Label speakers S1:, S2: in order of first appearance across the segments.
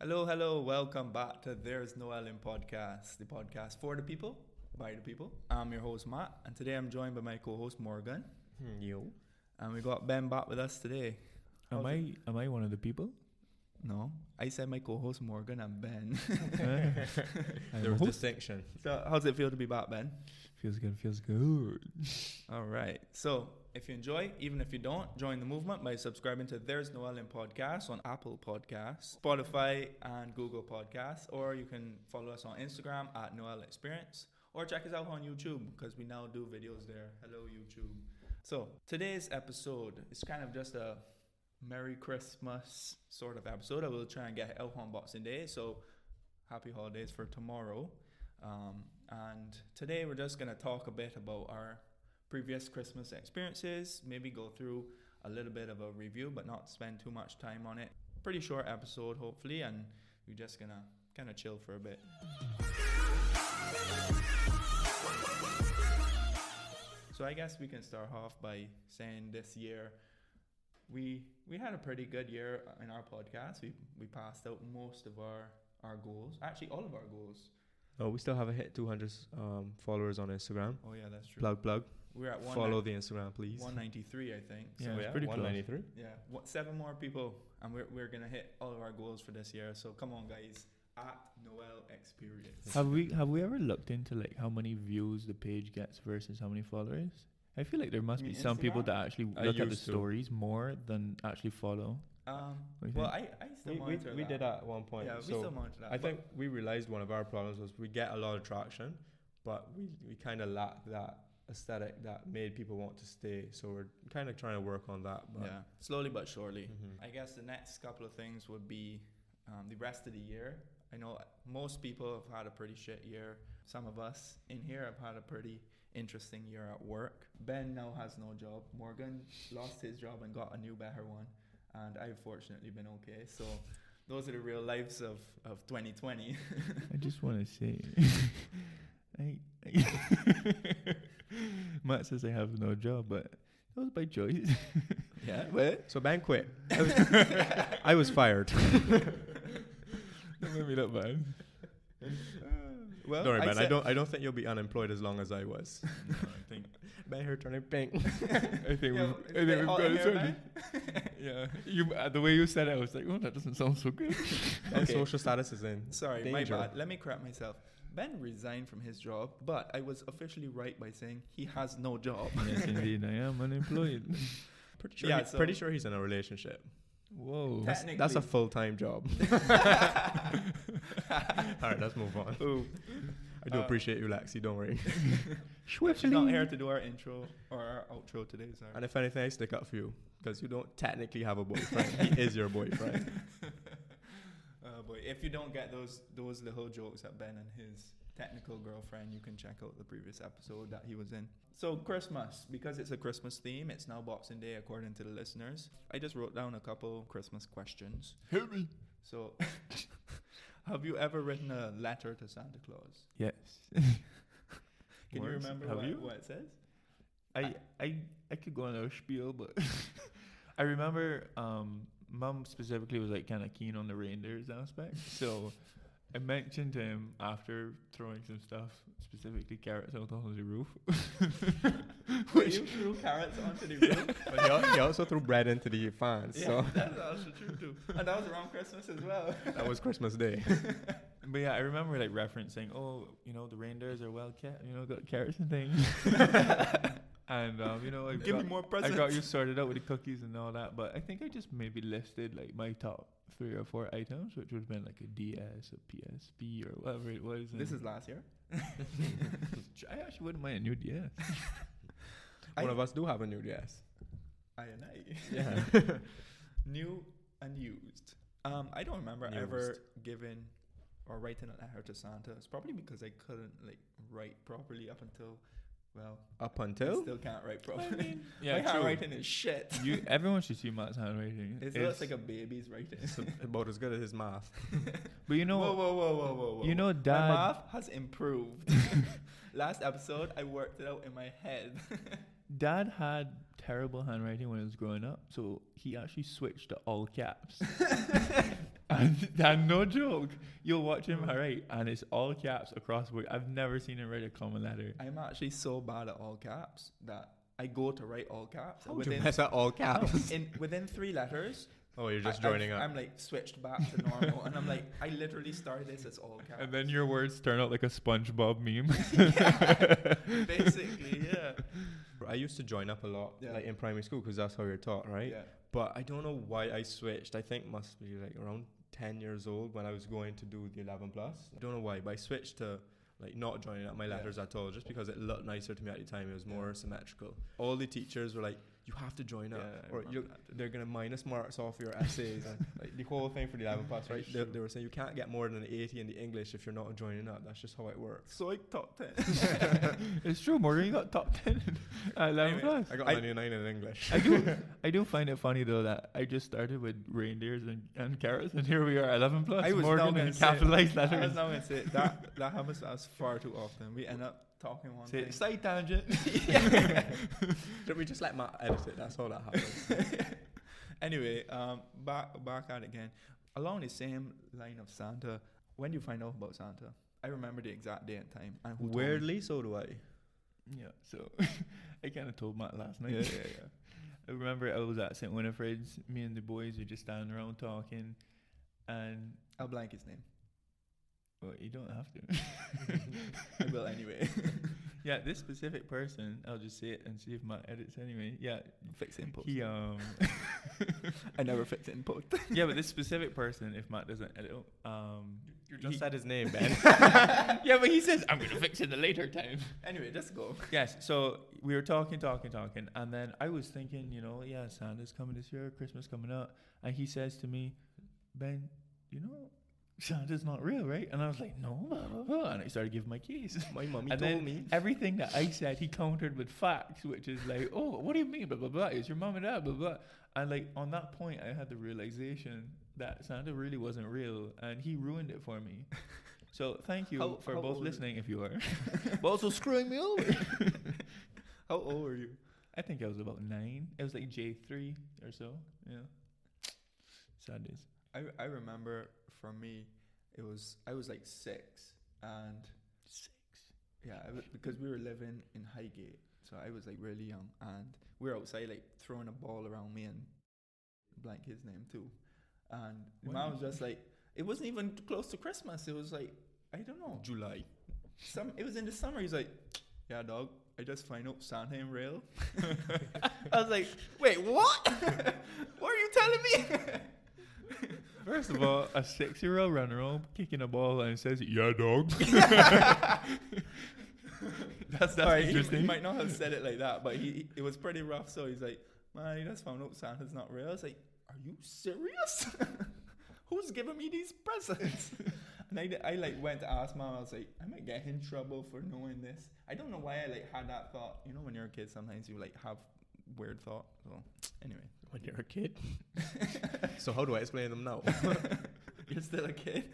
S1: Hello, hello, welcome back to There's No Ellen podcast, the podcast for the people, by the people. I'm your host, Matt, and today I'm joined by my co host, Morgan,
S2: Yo.
S1: and we got Ben back with us today.
S2: Am
S1: How's
S2: I
S1: it?
S2: am I one of the people?
S1: No, I said my co host, Morgan, and Ben.
S2: Eh? I'm
S3: There
S2: a
S3: was
S2: host.
S3: distinction.
S1: so, how's it feel to be back, Ben?
S2: Feels good, feels good.
S1: All right. So if you enjoy, even if you don't, join the movement by subscribing to There's No Ellen podcast on Apple Podcasts, Spotify, and Google Podcasts. Or you can follow us on Instagram at Noel Experience. Or check us out on YouTube because we now do videos there. Hello, YouTube. So today's episode is kind of just a Merry Christmas sort of episode. I will try and get it out on Boxing Day. So happy holidays for tomorrow. Um, and today we're just going to talk a bit about our previous Christmas experiences, maybe go through a little bit of a review, but not spend too much time on it. Pretty short episode, hopefully, and you're just going to kind of chill for a bit. So I guess we can start off by saying this year we we had a pretty good year in our podcast. We we passed out most of our our goals. Actually, all of our goals.
S3: Oh, we still have a hit 200 um, followers on Instagram.
S1: Oh yeah, that's true.
S3: Plug, plug.
S1: We're at one
S3: Follow the Instagram, please.
S1: one ninety three, I think.
S2: Yeah,
S1: so,
S2: it's
S1: yeah.
S2: pretty close.
S3: 193.
S1: Yeah, what, seven more people, and we're, we're gonna hit all of our goals for this year. So come on, guys, at Noel Experience.
S2: Have we have we ever looked into like how many views the page gets versus how many followers? I feel like there must
S1: You
S2: be
S1: mean
S2: some people
S1: Instagram?
S2: that actually
S3: I
S2: look at the
S3: used to.
S2: stories more than actually follow.
S1: Um,
S2: What do you
S1: well, I, I still
S3: We, we,
S1: monitor
S3: we did that at one point.
S1: Yeah, we
S3: so
S1: still monitor that.
S3: I
S1: but-
S3: think we realized one of our problems was we get a lot of traction, but we, we kind of lack that aesthetic that made people want to stay. So we're kind of trying to work on that. But
S1: yeah, slowly but surely.
S3: Mhm.
S1: I guess the next couple of things would be um, the rest of the year. I know most people have had a pretty shit year. Some of us in here have had a pretty interesting year at work. Ben now has no job. Morgan lost his job and got a new, better one. And I've fortunately been okay. So those are the real lives of, of 2020.
S2: I just want to say, I, Matt says I have no job, but that was by choice.
S1: yeah, what?
S3: So Ben quit. I was, I was fired.
S2: Don't make me look bad.
S1: Well,
S3: don't worry,
S1: I
S3: Ben. I
S1: said-
S3: don't. I don't think you'll be unemployed as long as I was.
S2: No, I think
S3: Ben here turning pink.
S2: I think
S1: Yeah, it's
S2: we've, I
S1: a
S2: think
S1: bit
S2: we've
S1: hot
S2: got
S1: in
S2: it
S1: here,
S2: sorted. yeah, you, uh, the way you said it, I was like, oh, that doesn't sound so good.
S3: And
S1: Okay.
S3: social status is in.
S1: Sorry, my
S3: Danger.
S1: bad. Let me correct myself. Ben resigned from his job, but I was officially right by saying he has no job.
S2: yes, indeed, I am unemployed.
S3: Pretty sure,
S1: Yeah,
S3: he-
S1: so-
S3: pretty sure he's in a relationship.
S2: Whoa.
S1: That's-
S3: That's a
S1: Technically.
S3: full time job. All right, let's move on.
S1: Ooh,
S3: I do
S1: Uh,
S3: appreciate you, Lexi. Don't worry.
S1: she's not here to do our intro or our outro today. Sorry.
S3: And if anything, I stick up for you because you don't technically have a boyfriend. he is your boyfriend.
S1: Uh, but if you don't get those those little jokes at Ben and his technical girlfriend, you can check out the previous episode that he was in. So Christmas, because it's a Christmas theme, it's now Boxing Day according to the listeners. I just wrote down a couple Christmas questions.
S2: Hit me.
S1: So, have you ever written a letter to Santa Claus?
S2: Yes.
S1: Can you
S2: Words?
S1: remember
S2: Have
S1: what,
S2: you?
S1: what it says?
S2: I, I, I could go on a spiel, but I remember um, mum specifically was like kind of keen on the reindeers aspect. So I mentioned to him after throwing some stuff, specifically carrots out on the roof.
S1: Which you threw carrots onto the roof.
S3: But he, al- he also threw bread into the fans,
S1: Yeah,
S3: so
S1: that's also true too. And that was around Christmas as well.
S3: that was Christmas Day.
S2: But yeah, I remember like referencing, oh, you know, the reindeers are well kept, you know, got carrots and things. and, um, you know, I
S1: Give me
S2: got,
S1: more
S2: I
S1: presents.
S2: got you sorted out with the cookies and all that. But I think I just maybe listed like my top three or four items, which would have been like a DS, a PSP, or whatever it was.
S1: This
S2: and-
S1: is last year.
S2: I actually wouldn't mind a new DS.
S3: One
S1: I-
S3: of us do have a new DS.
S1: I and I.
S3: Yeah.
S1: New and used. Um, I don't remember ever
S3: Used.
S1: giving or writing a letter to Santa. It's probably because I couldn't like write properly up until, well,
S3: Up
S1: I
S3: until
S1: still can't write properly.
S2: yeah,
S1: My
S2: true.
S1: handwriting is shit.
S2: You, everyone should see Matt's handwriting.
S1: It looks like a baby's writing.
S3: it's about as good as his math.
S2: but you know,
S1: whoa, whoa, whoa, whoa, whoa, whoa.
S2: you know,
S1: my
S2: Dad.
S1: math has improved. Last episode, I worked it out in my head.
S2: Dad had terrible handwriting when he was growing up, so he actually switched to all caps. And that, no joke. You'll watch him
S1: Oh.
S2: write, and it's all caps across the board. I've never seen him write a common letter.
S1: I'm actually so bad at all caps that I go to write all caps.
S3: How
S1: and
S3: would you
S1: within,
S3: mess up all
S1: no,
S3: caps?
S1: in, within three letters,
S3: Oh, you're just
S1: I,
S3: joining
S1: i
S3: up.
S1: I'm like switched back to normal, and I'm like, I literally started this as all caps.
S2: And then your words turn out like a SpongeBob meme.
S1: Yeah, basically, yeah.
S3: I used to join up a lot,
S1: Yeah.
S3: like in primary school, because that's how you're taught, right?
S1: Yeah.
S3: But I don't know why I switched. I think must be like around ten years old when I was going to do the eleven plus. I don't know why, but I switched to like not joining up my
S1: Yeah.
S3: letters at all, just because it looked nicer to me at the time. It was
S1: Yeah.
S3: more symmetrical. All the teachers were like, "You have to join up,
S1: Yeah, I
S3: or
S1: remember
S3: you
S1: that too.
S3: they're gonna minus marks off your essays." and like the whole thing for the eleven plus, right? They, they were saying you can't get more than an eighty in the English if you're not joining up. That's just how it works.
S1: So I top ten.
S2: it's true. Morgan you got top 10 at 11
S1: Anyway,
S2: plus.
S3: I got
S2: I-
S3: 99 in English.
S2: I do, I do find it funny though that I just started with reindeers and, and carrots, and here we are, eleven plus.
S1: I was now
S2: Morgan
S1: gonna
S2: and
S1: say-
S2: capitalized
S1: I was
S2: letters.
S1: not gonna say that. That happens to us far too often. We end up talking one
S2: Say,
S1: thing.
S2: side tangent.
S3: Don't we just let Matt edit it? That's all that happens.
S1: anyway, um, back back at it again. Along the same line of Santa, when do you find out about Santa? I remember the exact day and time. And who told me.
S3: Weirdly, so do I.
S2: yeah, so I kind of told Matt last night.
S1: Yeah, yeah, yeah.
S2: I remember I was at St. Winifred's. Me and the boys were just standing around talking, and
S1: I'll blank his name.
S2: well, you don't have to.
S1: I will anyway.
S2: yeah, this specific person, I'll just say it and see if Matt edits anyway. Yeah,
S1: fix it in post.
S2: he um.
S1: I never fix it in post.
S2: yeah, but this specific person, if Matt doesn't edit, um,
S3: You
S2: he-
S3: his name, Ben.
S2: yeah, but he says I'm gonna fix it in a later time.
S1: anyway, just go.
S2: Yes, so we were talking, talking, talking, and then I was thinking, you know, yeah, Santa's coming this year, Christmas coming up, and he says to me, Ben, you know, Santa's not real, right? And I was like, no, blah, blah, blah," and I started giving my keys.
S3: My mummy
S2: And
S3: told
S2: then
S3: me.
S2: Everything that I said, he countered with facts, which is like, oh, what do you mean, blah blah blah? It's your mom and dad, blah blah. And like on that point, I had the realization that Santa really wasn't real, and he ruined it for me. So thank you
S1: How-
S2: for
S1: how
S2: both
S1: old-
S2: listening, if you are, but also screwing me over.
S1: How old were you?
S2: I think I was about nine. It was like J three or so. Yeah. Sad days.
S1: I, I remember for me, it was I was like six, and
S2: Six.
S1: yeah, I was, because we were living in Highgate, so I was like really young, and we were outside like throwing a ball around me and blank his name too, and
S2: What
S1: mom
S2: did
S1: was
S2: you-
S1: just like it wasn't even close to Christmas. It was like I don't know
S3: July.
S1: some. It was in the summer. He's like, yeah, dog. I just find out Santa ain't real. I was like, wait, what? what are you telling me?
S2: First of all, a six-year-old running around kicking a ball and says, "Yeah, dog." that's that's
S1: Alright, he-
S2: interesting.
S1: He, might not have said it like that, but he, he- it was pretty rough. So he's like, "Man, you just found out Santa's not real." I was like, "Are you serious? Who's giving me these presents?" and I, d- I like went to ask mom. I was like, "I might get in trouble for knowing this." I don't know why I like had that thought. You know, when you're a kid, sometimes you like have weird thought. So anyway,
S3: When you're a kid. so how do I explain them now?
S1: you're still a kid.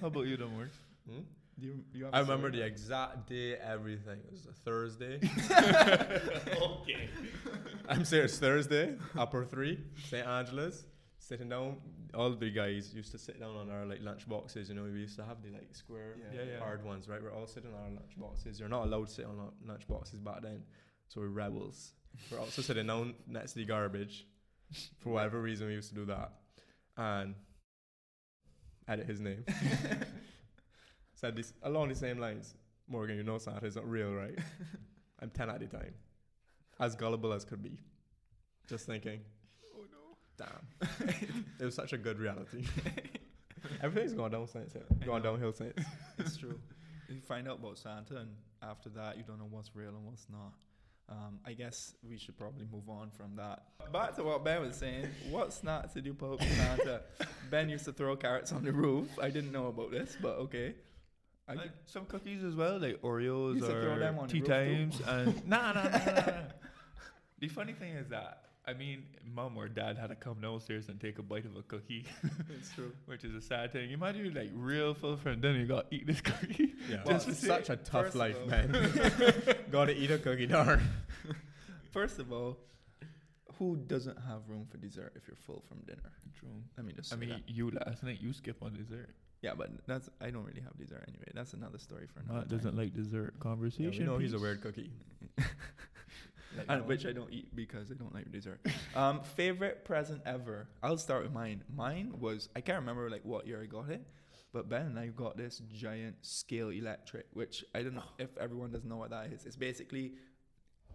S2: How about you, Don't worry.
S3: Hmm?
S1: Do you, you have
S3: I
S1: a
S3: remember the
S1: story?
S3: exact day, everything. It was a Thursday.
S2: okay.
S3: I'm serious. Thursday, upper three, St. Angela's. Sitting down, all the guys used to sit down on our like lunch boxes. You know, we used to have the like square
S1: Yeah,
S2: yeah.
S3: hard ones, right? We're all sitting on our lunch boxes. You're not allowed to sit on lu- lunch boxes back then, so we're rebels. we're also sitting down next to the garbage. For whatever reason, we used to do that, and edit his name. Said this along the same lines. Morgan, you know Santa is not real, right? I'm ten at the time, as gullible as could be. Just thinking,
S2: Oh no.
S3: damn, it was such a good reality. Everything's gone down since, eh?
S1: I
S3: gone
S1: know.
S3: downhill since.
S1: It's true. You find out about Santa, and after that, you don't know what's real and what's not. Um, I guess we should probably move on from that. Back to what Ben was saying. What's not to do about Santa? ben used to throw carrots on the roof. I didn't know about this, but okay. I,
S2: Like some cookies as well, like Oreos
S1: Used to throw them
S2: or
S1: on the
S2: tea
S1: roof too.
S2: times, and nah, nah, nah, nah, nah. The funny thing is that I mean, mom or dad had to come downstairs and take a bite of a cookie,
S1: it's true.
S2: which is a sad thing. Imagine you're like real full from dinner, you got to eat this cookie.
S3: Yeah,
S1: Well,
S3: Just such a
S1: first
S3: tough
S1: of
S3: life,
S1: all-
S3: man. Gotta eat a cookie, darn.
S1: First of all, who doesn't have room for dessert if you're full from dinner?
S2: True.
S1: Let me just.
S2: I
S1: say
S2: mean,
S1: that.
S2: you last night you skip on dessert.
S1: yeah, but that's I don't really have dessert anyway. That's another story for another.
S2: Matt doesn't
S1: time.
S2: like dessert
S3: Yeah,
S2: conversation.
S3: we know he's a
S2: piece.
S3: weird cookie. Like,
S1: and
S3: no.
S1: which I don't eat because I don't like dessert. um, favorite present ever. I'll start with mine. Mine was I can't remember like what year I got it, but Ben and I got this giant scale electric, which I don't know if everyone doesn't know what that is. It's basically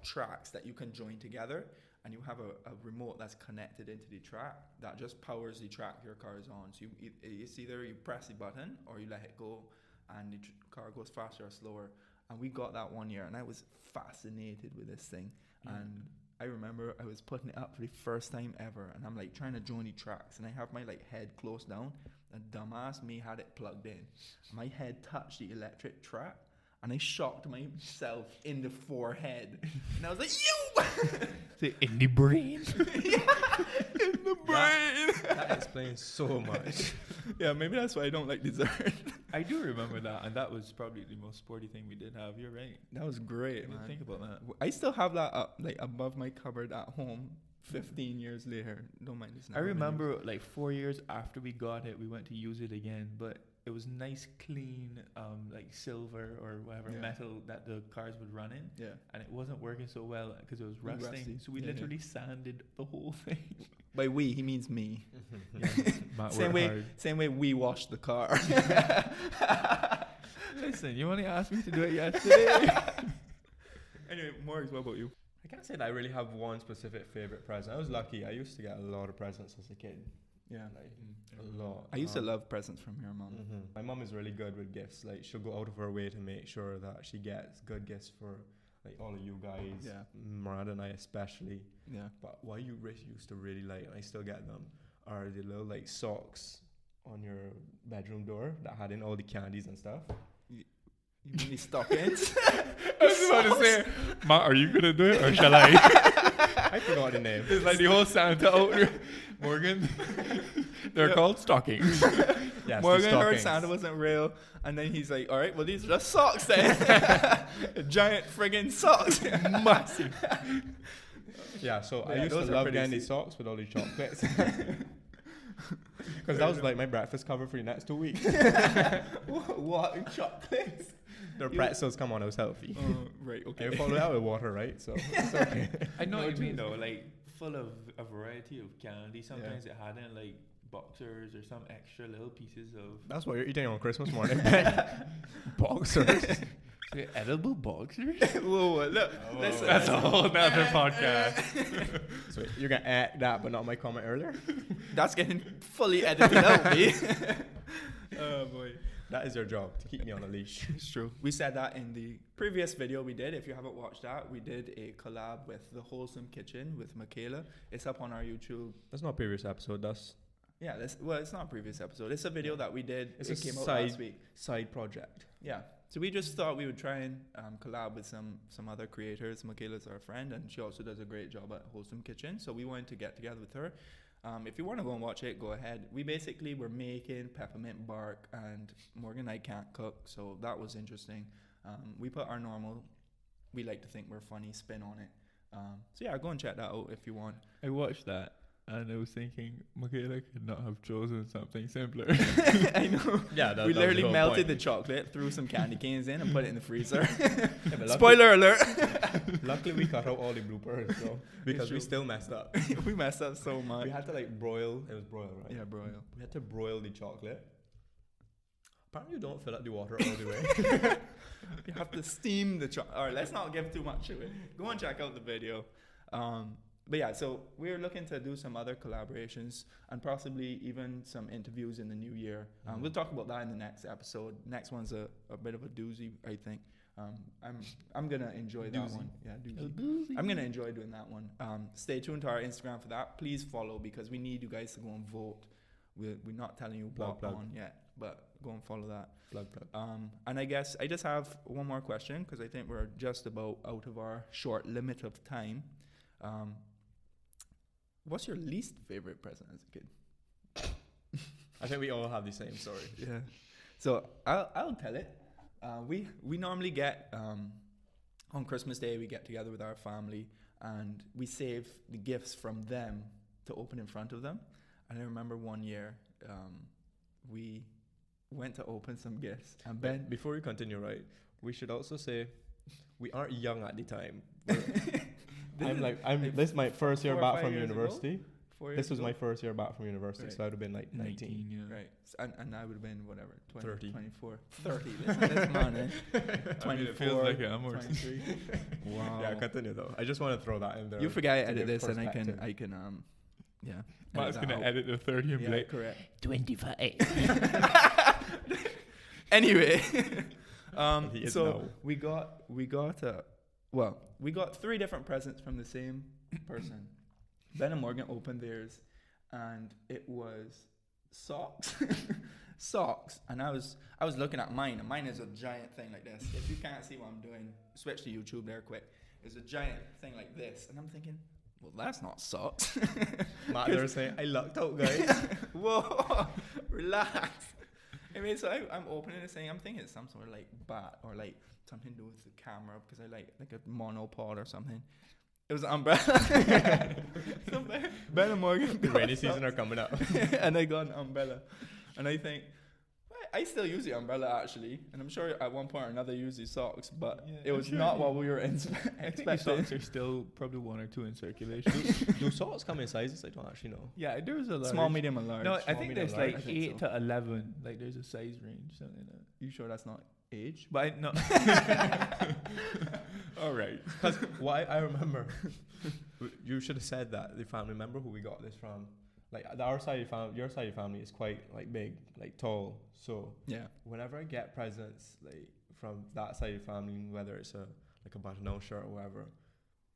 S1: tracks that you can join together, and you have a, a remote that's connected into the track that just powers the track your car is on. So you, it, it's either you press the button or you let it go, and the tr- car goes faster or slower. And we got that one year, and I was fascinated with this thing. And I remember I was putting it up for the first time ever, and I'm like trying to join the tracks, and I have my like head close down, and dumbass me had it plugged in. My head touched the electric track, and I shocked myself in the forehead, and I was like, "You!"
S2: Say in the brain.
S1: in the brain.
S3: That explains so much.
S1: yeah, maybe that's why I don't like dessert.
S2: I do remember that, and that was probably the most sporty thing we did have. You're right.
S1: That was
S2: I
S1: great,
S2: didn't
S1: man.
S2: think about that.
S1: I still have that up, like above my cupboard at home. Fifteen years later, don't mind this.
S2: I remember like four years after we got it, we went to use it again, but it was nice, clean, um, like silver or whatever
S1: Yeah.
S2: metal that the cars would run in,
S1: Yeah.
S2: and it wasn't working so well because it was
S1: Mm,
S2: rusting.
S1: rusty.
S2: So we
S1: Yeah, yeah.
S2: literally sanded the whole thing.
S1: By we, he means me.
S2: Matt
S1: Same
S2: worked
S1: way,
S2: hard.
S1: same way we washed the car.
S2: Listen, you only asked me to do it yesterday.
S1: anyway, Morgs, what about you?
S3: I can't say that I really have one specific favorite present. I was lucky. I used to get a lot of presents as a kid.
S1: Yeah.
S3: Like, a lot.
S1: I used to
S3: Um,
S1: love presents from your mom.
S3: Mhm. My mom is really good with gifts. Like she'll go out of her way to make sure that she gets good gifts for like all of you guys,
S1: Yeah.
S3: Miranda and I especially.
S1: Yeah.
S3: But what you re- used to really like, and I still get them, are the little like socks on your bedroom door that had in all the candies and stuff.
S1: You mean the stockings?
S2: I was about to say, Matt, are you gonna do it or shall I?
S3: I forgot the name.
S2: it's like the whole Santa out, Morgan. They're
S1: Yeah.
S2: called stockings.
S3: Yes, the
S1: Morgan heard
S3: stockings.
S1: Santa wasn't real, and then he's like, "All right, well these are just socks then, giant friggin' socks, massive."
S3: Yeah, so
S1: Yeah,
S3: I used to
S1: those are
S3: love
S1: pretty
S3: candy
S1: sweet.
S3: socks with all the chocolates. Because that was like my breakfast cover for the next two weeks.
S1: what, what chocolates?
S3: Their
S1: You-
S3: pretzels, come on, I was healthy.
S1: Oh, right.
S3: I
S1: Okay.
S3: followed that with water, right? So it's okay.
S2: I know
S1: No,
S2: what you mean
S1: dude.
S2: though, like full of a variety of candy. Sometimes it had in like boxers or some extra little pieces of
S3: That's what you're eating on Christmas morning. Boxers.
S2: Say, edible boxers.
S1: whoa, whoa, look. listen,
S2: That's a
S1: listen.
S2: whole nother podcast.
S3: so you're gonna add that, but not my comment earlier.
S1: That's getting fully edited out, B. oh boy.
S3: That is your job to keep me on a leash.
S1: It's true. We said that in the previous video we did. If you haven't watched that, we did a collab with The Wholesome Kitchen with Michaela. It's up on our YouTube.
S3: That's not previous episode. That's
S1: Yeah, this well, it's not a previous episode. It's a video that we did.
S3: It's
S1: it
S3: a
S1: came out
S3: side-
S1: last week.
S3: side project.
S1: Yeah. So we just thought we would try and um, collab with some some other creators. Michaela's our friend, and she also does a great job at Wholesome Kitchen. So we wanted to get together with her. Um, if you want to go and watch it, go ahead. We basically were making peppermint bark, and Morgan and I can't cook, so that was interesting. Um, we put our normal, we like to think we're funny spin on it. Um, so yeah, go and check that out if you want.
S2: I watched that and I was thinking, Michaela could not have chosen something simpler.
S1: I know.
S3: Yeah,
S1: we literally melted the chocolate, threw some candy canes in, and put it in the freezer.
S3: the luckily,
S1: Spoiler alert.
S3: Luckily, we cut out all the bloopers, so because we
S1: true.
S3: still messed up.
S1: we messed up so much.
S3: We had to like broil. It was broil, right?
S1: Yeah, bro. yeah.
S3: We had to broil the chocolate. Apparently, you don't fill up the water all the way.
S1: You have to steam the chocolate. All right, let's not give too much away. Go and check out the video. Um, but yeah, so we're looking to do some other collaborations and possibly even some interviews in the new year. Um, We'll talk about that in the next episode. Next one's a, a bit of a doozy, I think. Um, I'm I'm gonna enjoy that
S3: Doozy.
S1: one. Yeah, doozy. I'm gonna enjoy doing that one. Um, stay tuned to our Instagram for that. Please follow because we need you guys to go and vote. We're, we're not telling you
S3: Plug,
S1: what
S3: plug.
S1: on yet, but go and follow that.
S3: plug, plug.
S1: Um, and I guess I just have one more question because I think we're just about out of our short limit of time. Um, what's your least favorite present as a kid?
S3: I think we all have the same story.
S1: Yeah. So I'll, I'll tell it. Uh, we we normally get um, on Christmas Day we get together with our family and we save the gifts from them to open in front of them. And I remember one year um, we went to open some gifts, and
S3: Ben,
S1: Ben
S3: before we continue, right, we should also say we aren't young at the time.
S1: This
S3: I'm
S1: is
S3: like, I'm. this is my first year
S1: four or
S3: back
S1: five
S3: from
S1: years ago?
S3: university.
S1: four
S3: This
S1: years
S3: was
S1: ago.
S3: my first year back from university,
S1: Right.
S3: so I'd have been like 19.
S2: 19, yeah.
S1: right, S- and, and I would have been whatever 20,
S3: 30.
S1: 24, 30. Listen, to this man, eh?
S2: I mean, it feels
S1: 24,
S2: like it. I'm already-
S1: 23.
S3: Yeah,
S1: Wow.
S3: continue though. I just want to throw that in there.
S1: You forget I
S3: to
S1: edit
S3: give
S1: this, and I can,
S3: perspective.
S1: I can, um, yeah. edit
S2: Matt's
S1: that
S2: gonna
S1: out.
S2: edit the 30 and
S1: Yeah,
S2: be like,
S1: correct.
S4: 25.
S1: anyway, um,
S3: He is
S1: so
S3: now.
S1: we got we got uh, well, we got three different presents from the same person. ben and Morgan opened theirs, and it was socks, socks. And I was I was looking at mine, and mine is a giant thing like this. If you can't see what I'm doing, switch to YouTube there quick. It's a giant thing like this, and I'm thinking, well, that's not socks.
S3: Matt, they're saying I lucked out, guys.
S1: Whoa, relax. I mean, so I, I'm opening and saying I'm thinking it's some sort of like bat or like something to do with the camera because I like like a monopod or something. It was an umbrella. so Ben, ben and Morgan.
S3: the
S1: got
S3: rainy season
S1: some-
S3: are coming up.
S1: and I got an umbrella, and I think. "Well, I still use the umbrella actually, and I'm sure at one point or another use these socks, but
S2: Yeah,
S1: it
S2: I'm
S1: was
S2: sure
S1: not
S2: you-
S1: what we were in-
S2: I think your
S1: expecting.
S2: socks are still probably one or two in circulation.
S3: Do socks come in sizes? I don't actually know.
S2: yeah, there was a large.
S1: Small, medium, and large.
S2: No, I
S3: small,
S2: think
S3: medium,
S2: there's
S3: large.
S2: like
S1: I think
S2: eight
S1: so.
S2: to eleven. Like there's a size range, something like that.
S1: you sure that's not age?
S2: But I, no. All right.
S3: Because why I remember, you should have said that the family member who we got this from, like the- our side of family, your side of family is quite like big, like tall. So
S1: Yeah.
S3: whenever I get presents like from that side of family, whether it's a like a button-down shirt or whatever,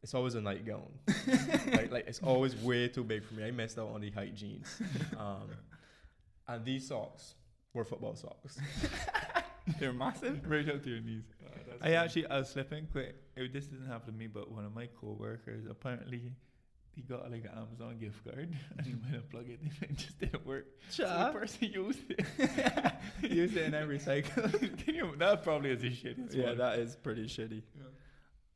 S3: it's always a nightgown. like like it's always way too big for me. I missed out on the height jeans. Um, and these socks were football socks.
S1: They're massive.
S2: Right up to your knees.
S1: that's
S2: I actually, I was slipping quick. It, this didn't happen to me, but one of my coworkers apparently he got like an Amazon gift card and when I plugged it in, it just didn't work. So
S1: Cha.
S2: the person used it.
S1: Use it and then
S2: recycle. Can you? That probably is a shit.
S1: Yeah, that is pretty shitty.
S2: Yeah.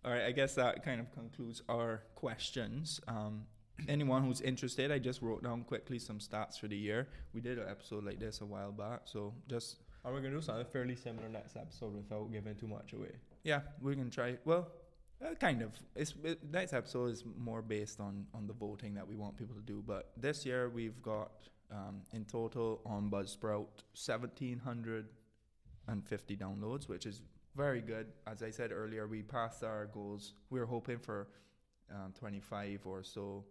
S1: All right, I guess that kind of concludes our questions. Um, anyone who's interested, I just wrote down quickly some stats for the year. We did an episode like this a while back, so just
S3: And we're gonna do something fairly similar next episode without giving too much away.
S1: yeah, we can try. Well, uh, kind of. It's it, next episode is more based on on the voting that we want people to do. But this year we've got um, in total on Buzzsprout seventeen hundred and fifty downloads, which is very good. As I said earlier, we passed our goals. We were hoping for um, twenty five or so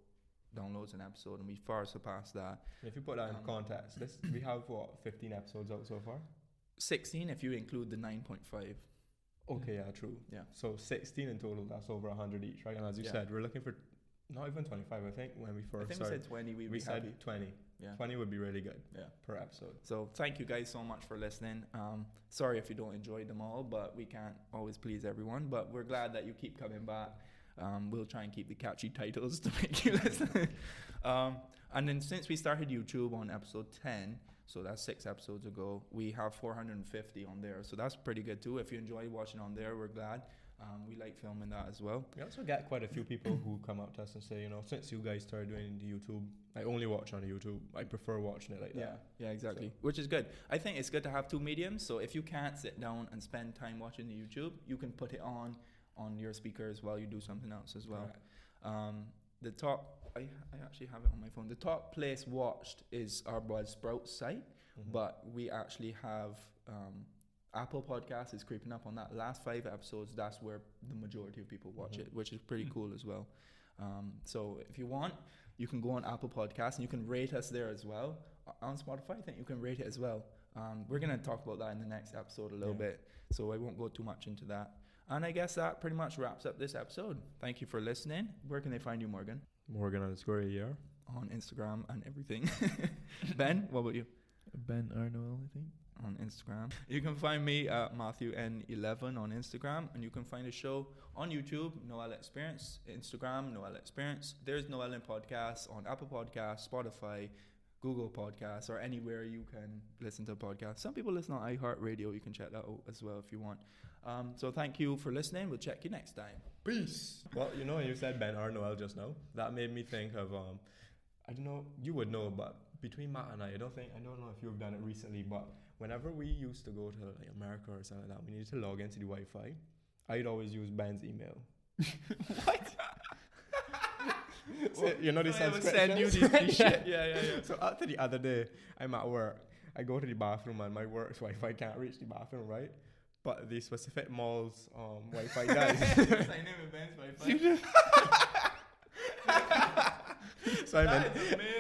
S1: downloads an episode, and we far surpassed that.
S3: If you put that in
S1: Um,
S3: context, this we have what 15 episodes out so far.
S1: Sixteen, if you include the nine point five.
S3: Okay, yeah, true.
S1: Yeah.
S3: So 16 in total. That's over 100 each, right? And as you
S1: Yeah.
S3: said, we're looking for not even 25. I think when we
S1: I
S3: first
S1: think we
S3: started,
S1: said twenty. We,
S3: we,
S1: we
S3: said
S1: happy.
S3: 20.
S1: Yeah.
S3: 20 would be really good
S1: Yeah.
S3: per episode.
S1: So thank you guys so much for listening. Um, sorry if you don't enjoy them all, but we can't always please everyone. But we're glad that you keep coming back. Um, we'll try and keep the catchy titles to make you listen. um, and then since we started YouTube on episode ten, so that's six episodes ago, we have 450 on there. So that's pretty good too. If you enjoy watching on there, we're glad. Um, we like filming that as well.
S3: We also get quite a few people who come up to us and say, you know, since you guys started doing the YouTube, I only watch on YouTube. I prefer watching it like
S1: yeah
S3: that.
S1: yeah exactly which is good i think it's good to have two mediums so if you can't sit down and spend time watching the youtube you can put it on on your speakers while you do something else as well
S3: Correct.
S1: um, the top I, I actually have it on my phone the top place watched is our broad sprout site
S3: Mhm.
S1: but we actually have um, apple podcast is creeping up on that last five episodes that's where the majority of people watch
S3: Mhm.
S1: it which is pretty
S2: Mm.
S1: cool as well um, so if you want you can go on apple podcast and you can rate us there as well O- on spotify i think you can rate it as well um, we're going to talk about that in the next episode a little
S3: Yeah.
S1: bit so i won't go too much into that and i guess that pretty much wraps up this episode thank you for listening where can they find you morgan
S3: Morgan underscore a E year.
S1: on instagram and everything ben what about you
S2: Ben Arnold, I think.
S1: on Instagram. You can find me at Matthew N11 on Instagram, and you can find the show on YouTube, Noel Experience, Instagram, Noel Experience. There's Noel in Podcast on Apple Podcasts, Spotify, Google Podcasts or anywhere you can listen to podcasts. Some people listen on iHeartRadio. You can check that out as well if you want. Um, so thank you for listening. We'll check you next time. Peace.
S3: Well, you know, you said Ben or Noel just now. That made me think of um, I don't know. You would know, but between Matt and I, I don't think I don't know if you've done it recently, but whenever we used to go to like America or something like that, we needed to log into the Wi-Fi. I'd always use Ben's email. what? so, you know the
S2: I would send you
S3: subscriptions?
S2: these- these shit. Yeah, yeah, yeah.
S3: So after the other day, I'm at work. I go to the bathroom and my work's Wi-Fi can't reach the bathroom, right? But the specific mall's um, Wi-Fi does. so I'm in,